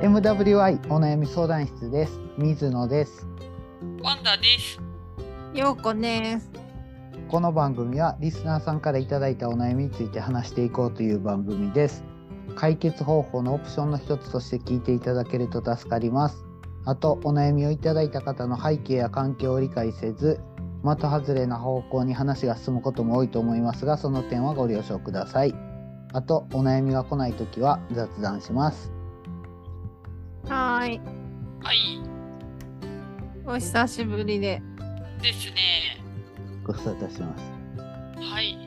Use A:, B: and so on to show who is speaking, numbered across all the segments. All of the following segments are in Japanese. A: MWI お悩み相談室です水野です
B: ワンダです。
C: ようこです。
A: この番組はリスナーさんからいただいたお悩みについて話していこうという番組です解決方法のオプションの一つとして聞いていただけると助かりますあとお悩みをいただいた方の背景や環境を理解せず的外れな方向に話が進むことも多いと思いますがその点はご了承くださいあとお悩みが来ないときは雑談します
C: はーい、
B: はい。
C: お久しぶりで。
B: ですね。
A: ご沙汰します
B: はい。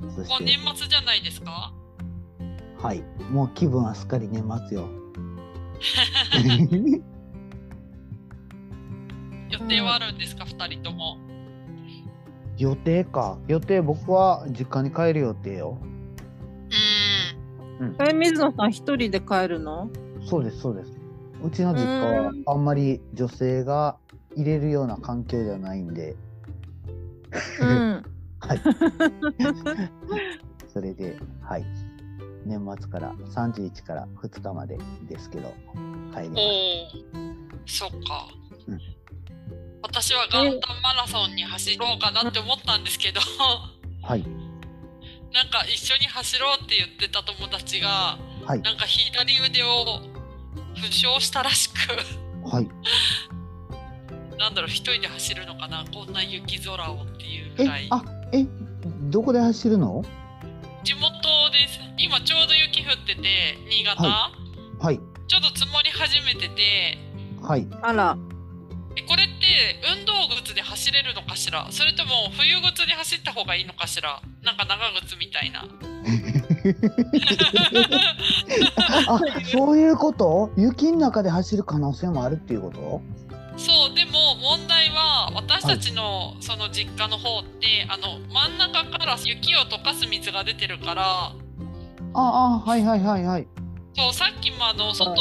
A: そ
B: もう年末じゃないですか
A: はい、もう気分はすっかり年末よ。
B: 予定はあるんですか、二人とも。
A: 予定か。予定、僕は実家に帰る予定よ。
B: うん。
C: え、水野さん一人で帰るの？
A: そうです、そうです。うちの実家は
C: う
A: あんまり女性が入れるような環境ではないんで、
C: うん。
A: はい。それで、はい。年末から31から2日までですけど、帰りま
B: お
A: す。
B: お。そっか。
A: うん
B: 私は元旦マラソンに走ろうかなって思ったんですけど、
A: はい、
B: なんか一緒に走ろうって言ってた友達が、
A: はい、
B: なんか左腕を負傷したらしく、
A: はい。
B: なんだろう、一人で走るのかな、こんな雪空をっていうぐ
A: え
B: らい、。
A: あ、え、どこで走るの
B: 地元です。今ちょうど雪降ってて、新潟、
A: ははい、
B: ちょっと積もり始めてて、
A: はい。
C: あら、
B: えこれって運動靴で走れるのかしらそれとも冬靴で走った方がいいのかしらなんか長靴みたいな
A: あ、そういうこと雪の中で走る可能性もあるっていうこと
B: そうでも問題は私たちのその実家の方って、あの真ん中から雪を溶かす水が出てるから
A: ああ、はいはいはいはい。
B: そうさっきもあの外を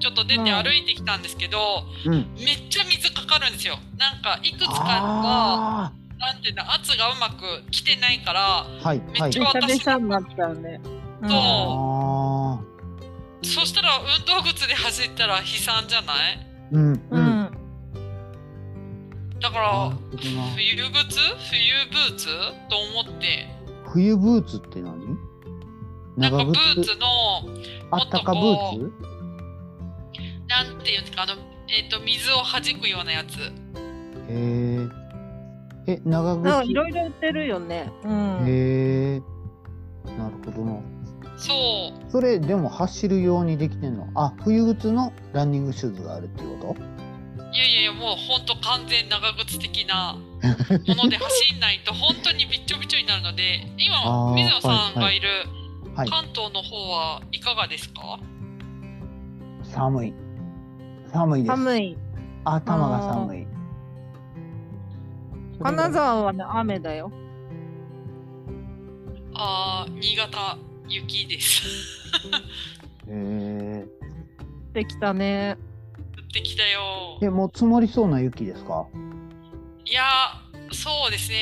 B: ちょっと出て歩いてきたんですけど、
A: うん。
B: めっちゃ水かかるんですよなんかいくつかは
A: あ
B: なんていうの圧がうまく来てないから
A: あ、はいは
B: め
A: い
B: っ
C: べ
B: ち。ゃ
C: しゃべしゃになっちゃうね。うん
B: そ
A: ああ、
B: そしたら運動靴で走ったら悲惨じゃない
A: うん
C: う
A: うん。
C: ん。
B: だか
A: あーな
B: ら
A: るほどな
B: 冬靴冬ブーツと思って
A: 冬ブーツって何？
B: なんか
A: 長
B: ブ
A: 靴。
B: ーツの
A: あったかブーツ？
B: なんていうんですかあの、えっと水を弾くようなやつ
A: へえ。え、長
C: なんか
A: 靴
C: い。ろいろ売ってるよね。うん。
A: へえ。なるほどな。
B: そう
A: それでも走るようにできてんの。あ、冬靴のランニングシューズがあるっていうこ
B: いやいやいやもうほんと完全長靴的なもので走んないと本当にびっちょびちょになるので
A: あー
B: 今水野さんがいる
A: と？はい。
B: 関東の方はいかがですか
A: 寒い。寒いです。
C: 寒い。
A: 頭が寒い。
C: 金沢はね雨だよ。
B: あー新潟雪です
A: へえ。
C: できたね。
B: 降ってきたよ
A: え、もう積もりそうな雪ですか？
B: いやーそうですね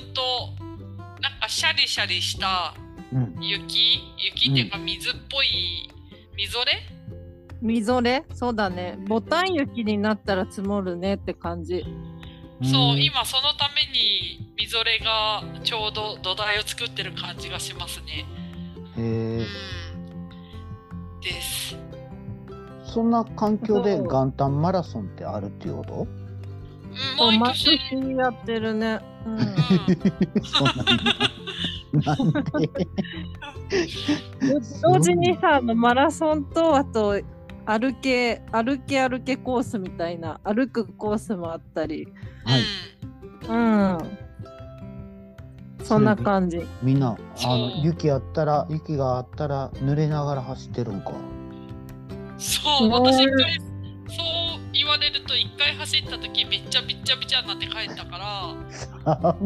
B: うーんとなんかシャリシャリした
A: うん。
B: 雪雪っていうか水っぽい、みぞれ
C: みぞれ？そうだね。ボタン雪になったら積もるねって感じ。
B: そう今そのためにみぞれがちょうど土台を作ってる感じがしますねう
A: へえ。
B: んです
A: そんな環境で
C: そう
A: 元旦マラソンってあるっていうこ
B: うん
C: そう
B: 毎
C: 毎
B: 年、
C: 年やってるね。うん。
A: と？ そうなんだ。なんで？
C: 同時にさあのマラソンとあと歩け歩け歩けコースみたいな歩くコースもあったり
A: はい。
B: うん
C: うんそんな感じ
A: みんなあ
B: そう
A: の雪あったら雪があったら濡れながら走ってるんか。
B: そう
C: ね
B: 私一回そう言われると一回走った時めっちゃびっちゃびちゃになって帰ったから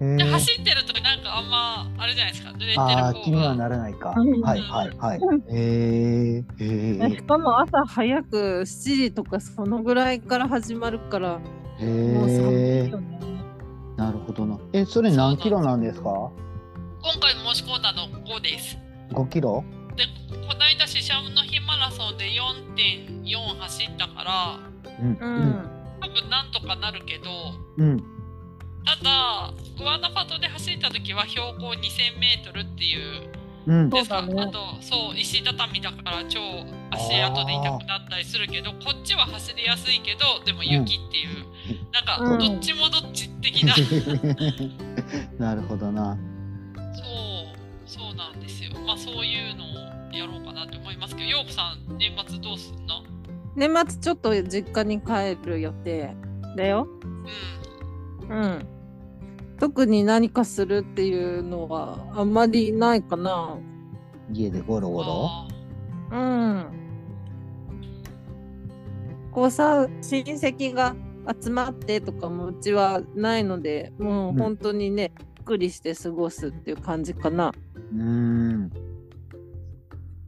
A: へ
B: で
A: え。
B: 走ってるとなんかあんまあれじゃないですか濡れてる
A: ああ気
B: 方
A: に
B: が
A: はならないか。
C: うん
A: はいはいはい。へえ。へ
C: しかも朝早く7時とかそのぐらいから始まるから
A: え。
C: もう
A: へ
C: 寒い
A: え
C: よ。ね
A: なるほどな。えそれ何キロなんですか？
B: 今回申し込んだの5です
A: 5キロ？
B: でこないだシシャムの日マラソンで4.4走ったから
A: うん
C: う
A: うん
C: ん。
B: 多分なんとかなるけど
A: うん
B: ただグアナパトで走った時は標高 2,000m っていう
A: うん
B: ですか、
C: そうだね
B: あとそう石畳だから超足跡で痛くなったりするけどこっちは走りやすいけどでも雪っていう、なん
C: う
B: か
C: ん
B: どっちもどっち的 な、そう
A: なるほどな
B: そうなんですよまあそういうのをやろうかなと思いますけどようこさん年末どうすんの
C: 年末ちょっと実家に帰る予定だよ。
B: うん
C: うん。特に何かするっていうのはあんまりないかな。
A: 家でゴロゴロ
B: あ
C: うん。こうさ親戚が集まってとかもうちはないのでもう
A: うん
C: 本当にね、ゆっくりして過ごすっていう感じかな。
A: うーん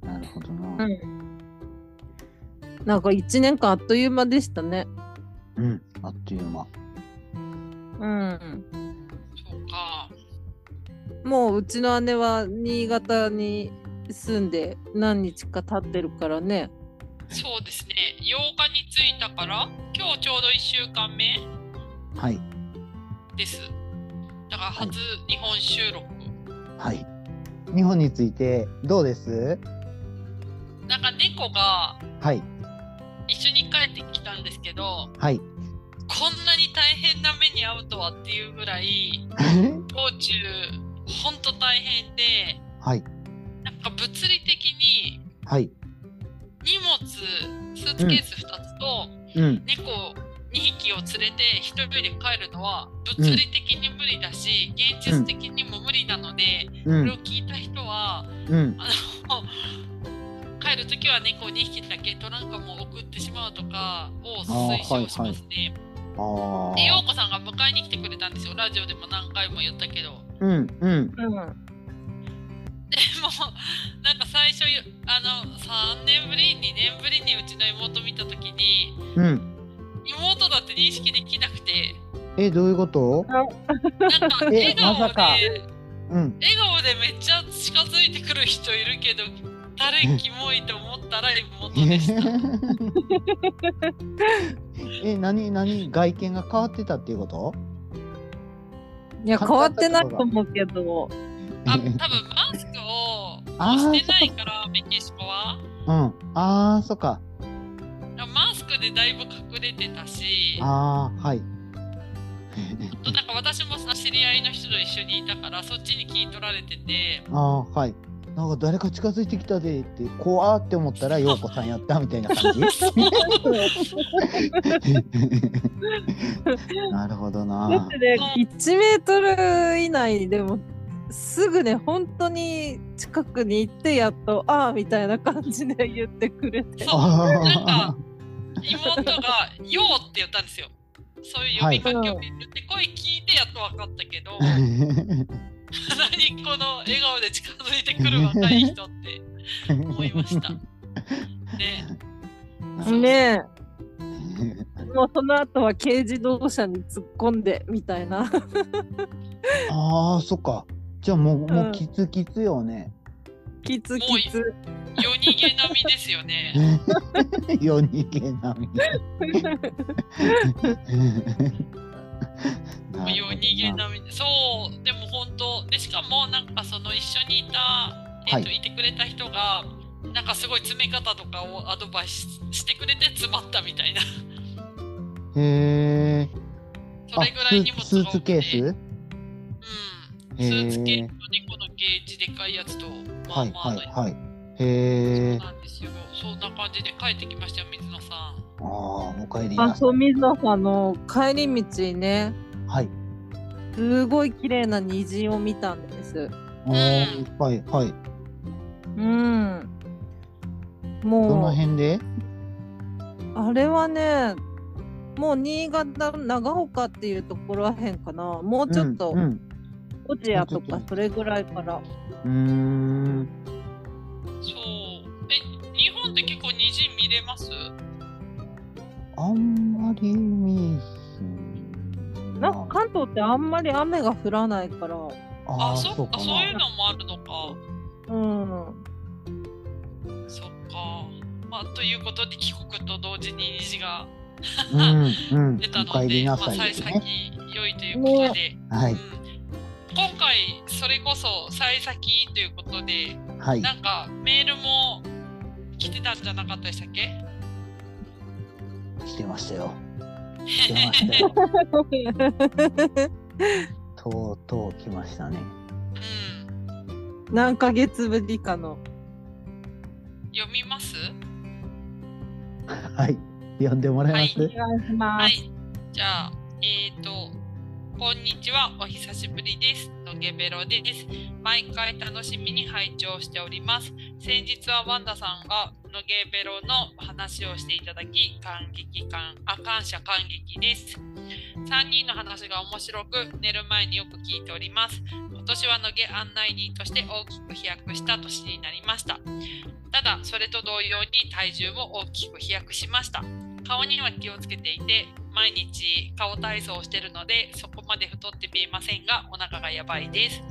A: なるほどな
C: なんか1年間あっという間でしたね。
A: うんあっという間
C: うん。
B: ーそうか
C: もううちの姉は新潟に住んで何日か経ってるからね。
B: そうですね8日に着いたから今日ちょうど1週間目
A: はい
B: ですだから初日本収録、
A: はい日本についてどうです
B: なんか猫が
A: はい
B: 一緒に帰ってきたんですけど
A: はい
B: こんなに大変な目に遭うとはっていうぐらい道中ほんと大変で
A: はい
B: なんか物理的に
A: はい
B: 荷物スーツケース2つと
A: うん
B: 猫2匹を連れて1人で帰るのは物理的に無理だし現実的にも無理なので
A: う
B: これを
A: ん
B: 聞いた人は
A: うん
B: あの帰る時は猫2匹だけトランクも送ってしまうとかを推奨しますね。
A: あ
B: で、よ
A: あ
B: うこさんが迎えに来てくれたんですよ。ラジオでも何回も言ったけど。でも
A: うんうん
C: うん。
B: う、 なんか最初、あの、3年ぶり、2年ぶりにうちの妹見たときに、
A: うん
B: 妹だって認識できなくて、
A: えどういうこと
B: なんか
A: え
B: 笑顔
A: まさ
B: で、
A: かうん
B: 笑顔でめっちゃ近づいてくる人いるけど、誰キモいと思ったら妹でした。
A: え何何外見が変わってたっていうこと
C: いや変わってないと思うけど。
B: あ、 多分マスクを
A: あー
B: してないから、メキシコは。
A: うんあーそっか
B: マスクでだいぶ隠れてたし。
A: あーはい
B: となんか私もさ知り合いの人と一緒にいたからそっちに聞い取られてて
A: あーはいなんか誰か近づいてきたでって怖ーって思ったら陽子さんやったみたいな 感じ なるほど
C: だっ
A: な
C: てね1メートル以内でもすぐね本当に近くに行ってやっと「ああ」みたいな感じで言ってくれて。
B: そうなん
A: あ
B: か妹が「よう」って言ったんですよそういう呼びかけを言って声聞いてやっと分かったけど 何
A: ー
B: この笑顔で近づいてくる若い 人って思いましたね
C: ねえもうその後は軽自動車に突っ込んでみたいな
A: ああそっかじゃあもうも
C: う
A: うんキツキツよね
C: キツキツ
B: 夜逃げ並みですよね
A: 夜逃げ並みなるほど
B: もう夜逃げ
A: な
B: 並みそうでも本当でしかもなんかその一緒にいた、えっと、
A: はい
B: てくれた人がなんかすごい詰め方とかをアドバイスしてくれて詰まったみたいな
A: へえ
B: それぐらい荷物が
A: スーツケース
B: うん
A: へ
B: スー
A: え
B: ツケースと猫のゲージでかいやつとま
A: は
B: あ
A: い
B: まあ
A: は
B: の
A: い
B: や
A: はい
B: つ
A: へえ
B: なんですよ、そんな感じで帰ってきましたよ水野さん
A: ああおかえり
C: あ
A: なさ
C: そう水野さんの帰り道にね
A: いはい
C: すごい綺麗な虹を見たんです
A: おーはいはい
C: うん
A: どの
C: も
A: 辺で
C: うあれはねもう新潟の長岡っていうところらへんかなもうちょっと
A: うんうん
C: 小千谷と
A: もうちょ
C: か
A: っと
C: それぐらいから
A: うーん
B: そうえ日本って結構虹見れます
A: あんまり見えひん
C: なんか関東ってあんまり雨が降らないから
B: あ
A: あー
B: そっ
A: か
B: か
A: な
B: そういうのもあるのか
C: うん
B: まあ、ということで帰国と同時に虹が
A: うんうん、
B: 出た
A: お帰
B: の
A: り
B: で、ま
A: なさ
B: あ、
A: いで
B: 幸
A: すね。
B: 先良いということで、
A: は
B: うん
A: い、
B: 今回それこそ幸先ということで
A: はい、
B: なんかメールも来てたんじゃなかったでしたっけ
A: 来てましたよ。来てましたよ。 とうとう来ましたね。
B: うん
C: 何ヶ月ぶりかの。
B: 読みます
A: はい、呼んでもらえます。。
B: は
C: お願いしま
B: は
C: す。
B: い。じゃあ、えっ、と、こんにちは、お久しぶりです。のげべろです。毎回楽しみに拝聴しております。先日はワンダさんがのげべろの話をしていただき、感激感、あ、感謝感激です。3人の話が面白く、寝る前によく聞いております。今年はのげ案内人として大きく飛躍した年になりました。ただ、それと同様に体重も大きく飛躍しました。顔には気をつけていて毎日顔体操をしてるのでそこまで太って見えませんがお腹がやばいです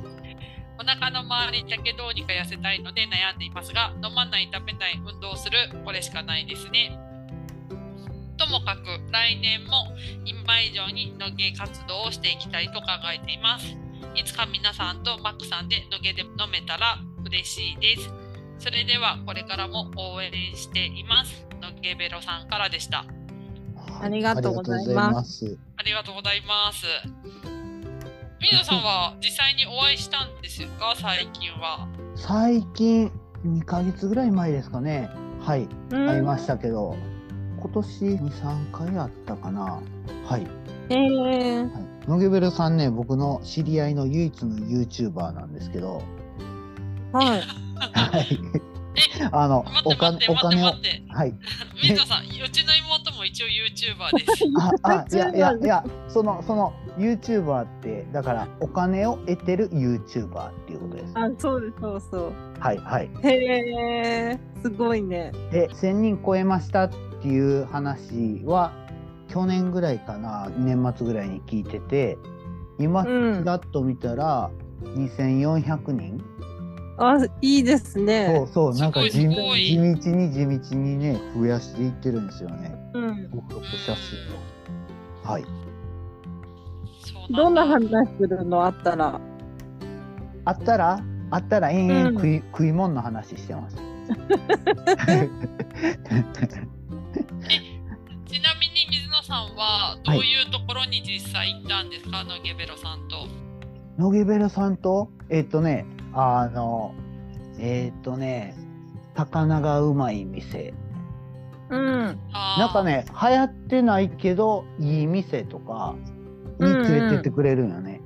B: お腹の周りだけどうにか痩せたいので悩んでいますが飲まない食べない運動するこれしかないですねともかく来年も今以上に野毛活動をしていきたいと考えていますいつか皆さんとマックさんで野毛で飲めたら嬉しいですそれではこれからも応援しています野毛ベロさんからでした
C: ありがとうございます
B: ありがとうございます。みのさんは実際にお会いしたんですか最近は。
A: 最近2ヶ月ぐらい前ですかね。はい、
C: うん
A: 会いまし。たけど、今年2、3回あったかな。はい。
C: えー、
A: はい、ノゲベルさんね、僕の知り合いの唯一の YouTuber なんですけど、
C: はい。
A: はい。あの
B: 待っ
A: お
B: て待っ
A: 金
B: て
A: お
B: 待って
A: 金を
B: 待って。
A: はい。
B: みのさん、うちの妹も一応 YouTuber です。
A: ああいやいやいやそのその YouTuber ってだからお金を得てる YouTuber っていうことです。
C: あ、そうです、そうそう。
A: はいはい。
C: へえ、すごいね。
A: で1000人超えましたっていう話は去年ぐらいかな年末ぐらいに聞いてて今
C: うん
A: ちらっと見たら2400人、
C: あ、いいですね。
A: そうそうなんか地
B: すごい
A: 地
B: す
A: 道
B: ごい
A: に地道にね増やしていってるんですよね
C: うん。
A: 登録者数を。はい
B: そう
C: どんな
B: なんだ
C: 話するのあったら。
A: あったらあったら延々
C: うん
A: 食い,、食い物の話してます。
B: ちなみに水野さんはどういうところに実際行ったんですか、あのゲベロさんと。
A: 野毛ベルさんとえっ、とねあのえっ、とね魚がうまい店
C: うん。
B: あー
A: なんか。ね流行ってないけどいい店とかに連れてってくれるんよね、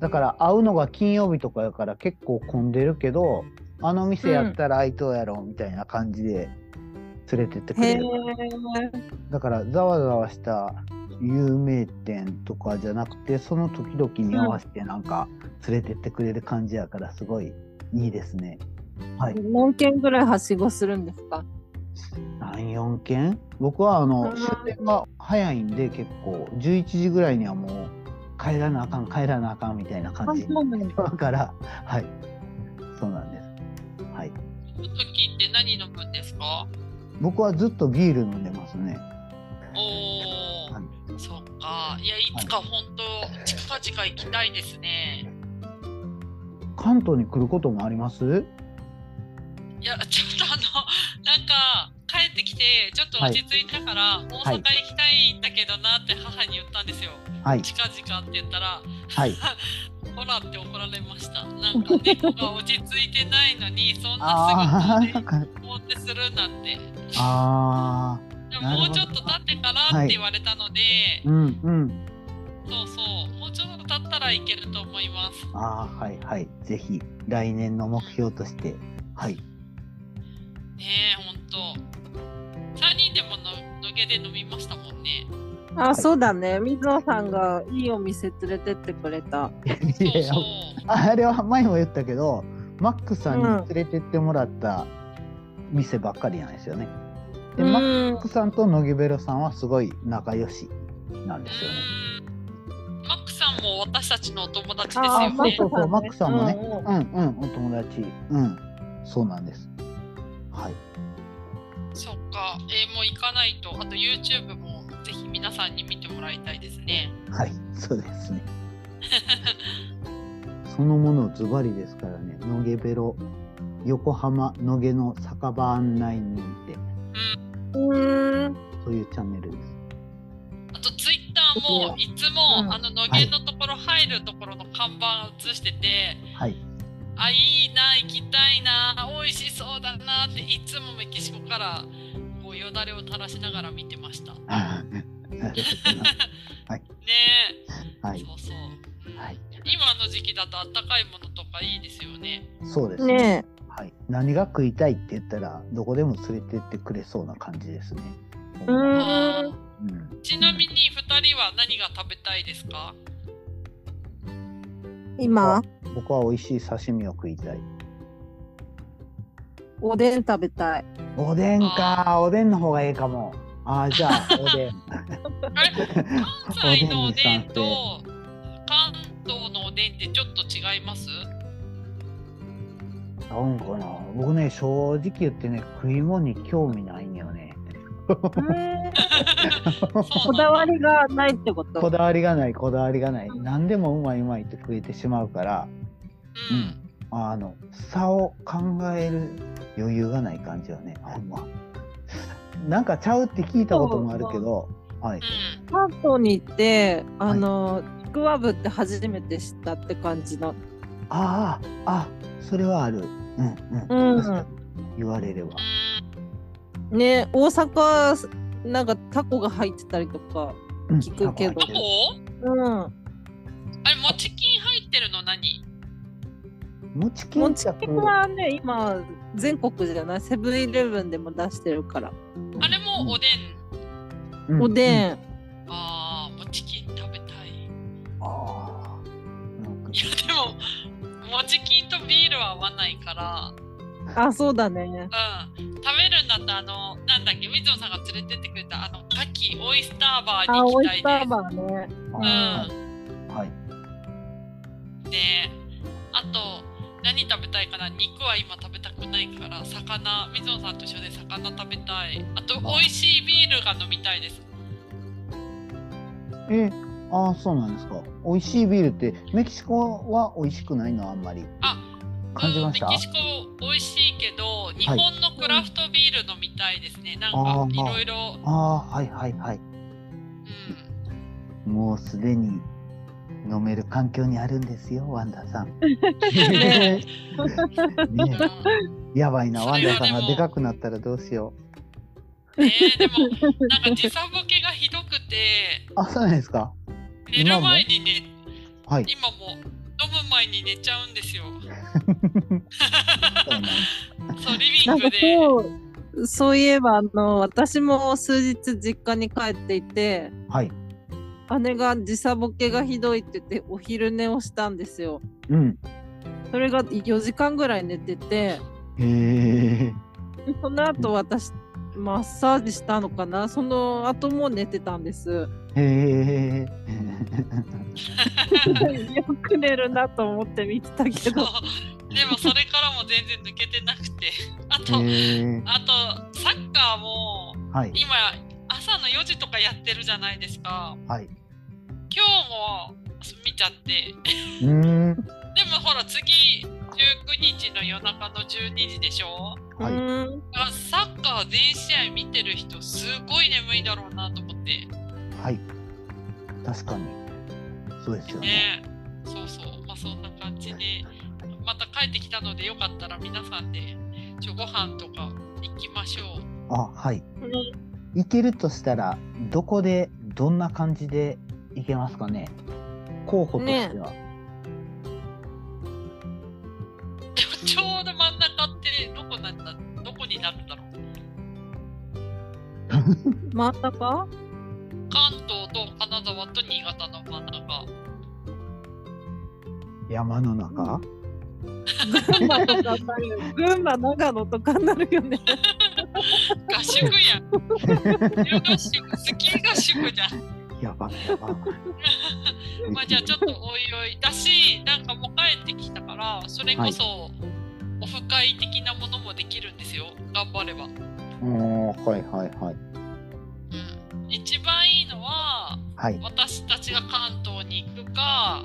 A: だから会うのが金曜日とかやから結構混んでるけどあの店やったら愛とうやろみたいな感じで連れてってく
C: へ
A: れ
C: え
A: る、。だからざわざわした有名店とかじゃなくてその時々に合わせてなんか連れてってくれる感じやからすごいいいですね。はい、
C: 何件ぐらいはしごするんですか。
A: 何4件僕はあの
C: うん
A: 終電が早いんで結構11時ぐらいにはもう帰らなあかん帰らなあかんみたいな
C: あ
A: 感じ
C: うなんだ
A: だからはいそうなんです。はい、
B: その時って何飲むんですか
A: 僕はずっとビール飲んでますね。
B: お
A: は
B: お、そっか。いや、いつか本当、近々行きたいですね。
A: 関東に来ることもあります？
B: いや、ちょっとあの、なんか、帰ってきて、ちょっと落ち着いたから、大阪行きたいんだけどなって母に言ったんですよ。
A: はい
B: 近々って言ったら、
A: はい。
B: ほらって怒られました。なんか、猫が落ち着いてないのに、そんなすぐ
A: あ
B: に
A: ー
B: 持ってするなんて。
A: あー。
B: で
A: なるほ
B: も
A: ど
B: もうちょっと経ってからって言われたので、
A: うんうん。
B: そうそう、もうちょっと経ったらいけると思います。
A: ああ、はいはい。ぜひ、来年の目標として。はい。
B: ねえ、ほんと。3人でもの、のげで飲みましたもんね。
C: あ、そうだね。水野さんがいいお店連れてってくれた。
B: そ
A: いうや
B: そう。
A: あれは前も言ったけど、マックさんに連れてってもらった店ばっかりなんですよね。で、マッ
C: ん
A: クさんと野木ベロさんはすごい仲良しなんですよね。
B: うんマックさんも私たちのお友達です
C: あ
B: よ
C: ーマッ
B: ね
C: ク。
A: そうそうそう、マックさ
C: さ
A: ん
C: ん
A: も
C: ね
A: ね。うんうん、お友達。うん。そうなんです。はい。
B: そっか、えーもう行かないと、あと YouTube もぜひ皆さんに見てもらいたいですね。
A: はい、そうですね。そのものズバリですからね、野毛ベロ、横浜野毛の酒場案内人って、
C: うん。
A: そういうチャンネルです。
B: あと Twitter もいつも、
C: うん
B: あの野毛のところ入るところの看板映してて、
A: はい、
B: あいいな行きたいな美味しそうだなっていつもメキシコからこうよだれを垂らしながら見てました。ね
A: なるほどなは
B: え、
A: い、
B: そうそう。
A: はい、
B: 今の時期だとあったかいものとかいいですよね。
A: そうですね
C: ね
A: はい。何が食いたいって言ったら、どこでも連れてってくれそうな感じですね。
C: え。うん。
B: あー
A: うん
B: ちなみに2人は何が食べたいですか
C: 今、
A: 僕は美味しい刺身を食いたい。
C: おでん食べたい。
A: おでんか、おでんの方がいいかも。ああ、じゃあ、おでん。
B: あれ関西のおでんと関東のおでんってちょっと違います
A: なんかな僕ね正直言ってね食い物に興味ないんよね
C: こだわりがないってこと。
A: こだわりがないこだわりがない何でもうまいうまいって食えてしまうから
B: う
A: うん
B: ん。、
A: あの差を考える余裕がない感じはねほんまなんかちゃうって聞いたこともあるけどはいう
B: ん。
C: 関東に行って、あの、ちくわぶって初めて知ったって感じの。
A: あああそれはあるうんうん、
C: うん。
A: 言われれば
C: ね、大阪、なんかタコが入ってたりとか。
A: うん
C: 聞くけど
B: どこ
C: うん。
B: あれ、もち金入ってるの何
A: もちき
C: も
A: ん
C: ち
A: ちゃ
C: き
A: く
C: はね、今、全国じゃない、セブンイレブンでも出してるか
B: あ
C: ら。
B: れもおでん。
C: お
A: ん
C: でん。
B: ああ、もち金食べたい。い
A: ああなんか
B: や、でも、もち金とビールは合わないから、
C: あ、そうだね。
B: うん。食べるんだったら、あの、なんだっけ、水野さんが連れてってくれた、あの、牡蠣、オイスターバーに
C: あ、
B: 行
C: オ
B: き
C: イ
B: たい
C: ス
B: で
C: タ
B: す
C: ー。バーね。
A: あーはい
B: であと何食べたいかな肉は今食べたくないから魚水野さんと一緒で魚食べたいあと美味しいビールが飲みたいです
A: え、ああ、そうなんですか。美味しいビールって、メキシコは美味しくないの、あんまり。
B: あ
A: 感じました。
B: うん
A: あ
B: メキシコ美味しいけど日本のクラフトビール飲みたいですね、
A: あ
B: なん
A: ー
B: かいろいろ
A: あー、はいはいはい。
B: うん
A: もうすでに飲める環境にあるんですよ、ワンダさん。ね
C: ね
A: え
B: うん
A: やばいな、
B: そ
A: ワン
B: れは
A: ダさん
B: で
A: が
B: も
A: でかくなったらどうしよ
B: ねえでもなんか時差ボケがひどくて
A: う。あ、そうなんですか。
B: 寝
A: 今
B: る
A: も
B: 前にね
A: はい。
B: 今も飲む前に寝ちゃうんですよ
A: そうなんです
B: そうリビ
C: な
B: ン
C: んか
B: グで
C: 今日、そういえば、あの、私も数日実家に帰っていて、
A: はい。
C: 姉が時差ボケがひどいって言って、お昼寝をしたんですよ。
A: うん。
C: それが4時間ぐらい寝てて、
A: へえ。
C: その後私、マッサージしたのかなその後も寝てた んです。
A: へえ。
C: よく寝るなと思って見てたけ
B: そう
C: ど。
B: でもそれからも全然抜けてなくて あと、
A: へえ。
B: あとサッカーも
A: はい。
B: 今朝の4時とかやってるじゃないですか
A: はい。
B: 今日も見ちゃって
A: うーん。
B: でもほら次19日の夜中の12時でしょ
C: う
A: はい。
C: ーん
B: だからサッカー全試合見てる人すごい眠いだろうなと思って
A: はい。確かに。そうですよね。
B: ねそうそうまあそんな感じでまた帰ってきたのでよかったら皆さんでちょご飯とか行きましょう
A: あ、はい。行けるとしたらどこでどんな感じで行けますかね候補としては、
B: でもちょうど真ん中ってどこなんだどこになるんだろう
C: 真ん中
B: 関東と金沢と新潟の真ん中
A: 山の中
C: 群馬とかになる群馬長野とかになるよね。
B: 合宿やん冬合宿スキー合宿じゃん
A: やばやば
B: まあじゃあちょっとおいおいだしなんかもう帰ってきたからそれこそオフ会的なものもできるんですよ頑張れば
A: おーはいはいはい
B: うん、一番いいのは
A: はい
B: 私たちが関東に行くか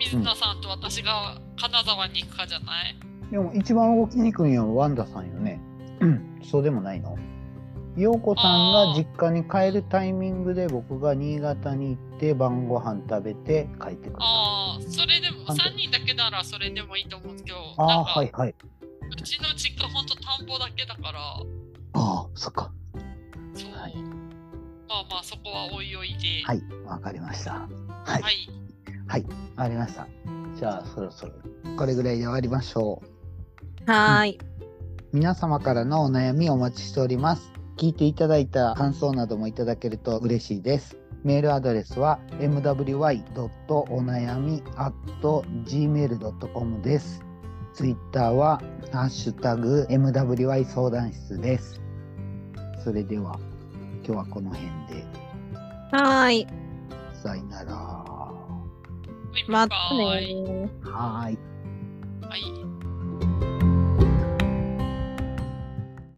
B: 水田さんと私が金沢に行くかじゃない、
A: でも一番動きにくいのはワンダさんよね うんそうでもないの陽子さんが実家に帰るタイミングで僕が新潟に行って晩ご飯食べて帰ってくる
B: ああそれでも
A: 関東
B: 3人だけならそれでもいいと思うんですけどな
A: あ
B: ん
A: あ
B: か、
A: ーはいはいう
B: ちの実家ほんと田んぼだけだから
A: ああそっか
B: そう、
A: はい
B: まあまあそこはおいおいで
A: はいわかりましたはい
B: はい
A: わかりましたじゃあそろそろこれぐらいで終わりましょう
C: はーい。
A: 皆様からのお悩みをお待ちしております聞いていただいた感想などもいただけると嬉しいですメールアドレスは mwy.onayami.gmail.com ですツイッターはハッシュタグ mwy 相談室ですそれでは今日はこの辺で
C: はーい。
A: さよなら
B: バイバイ
C: またねー。
A: はーい
B: はい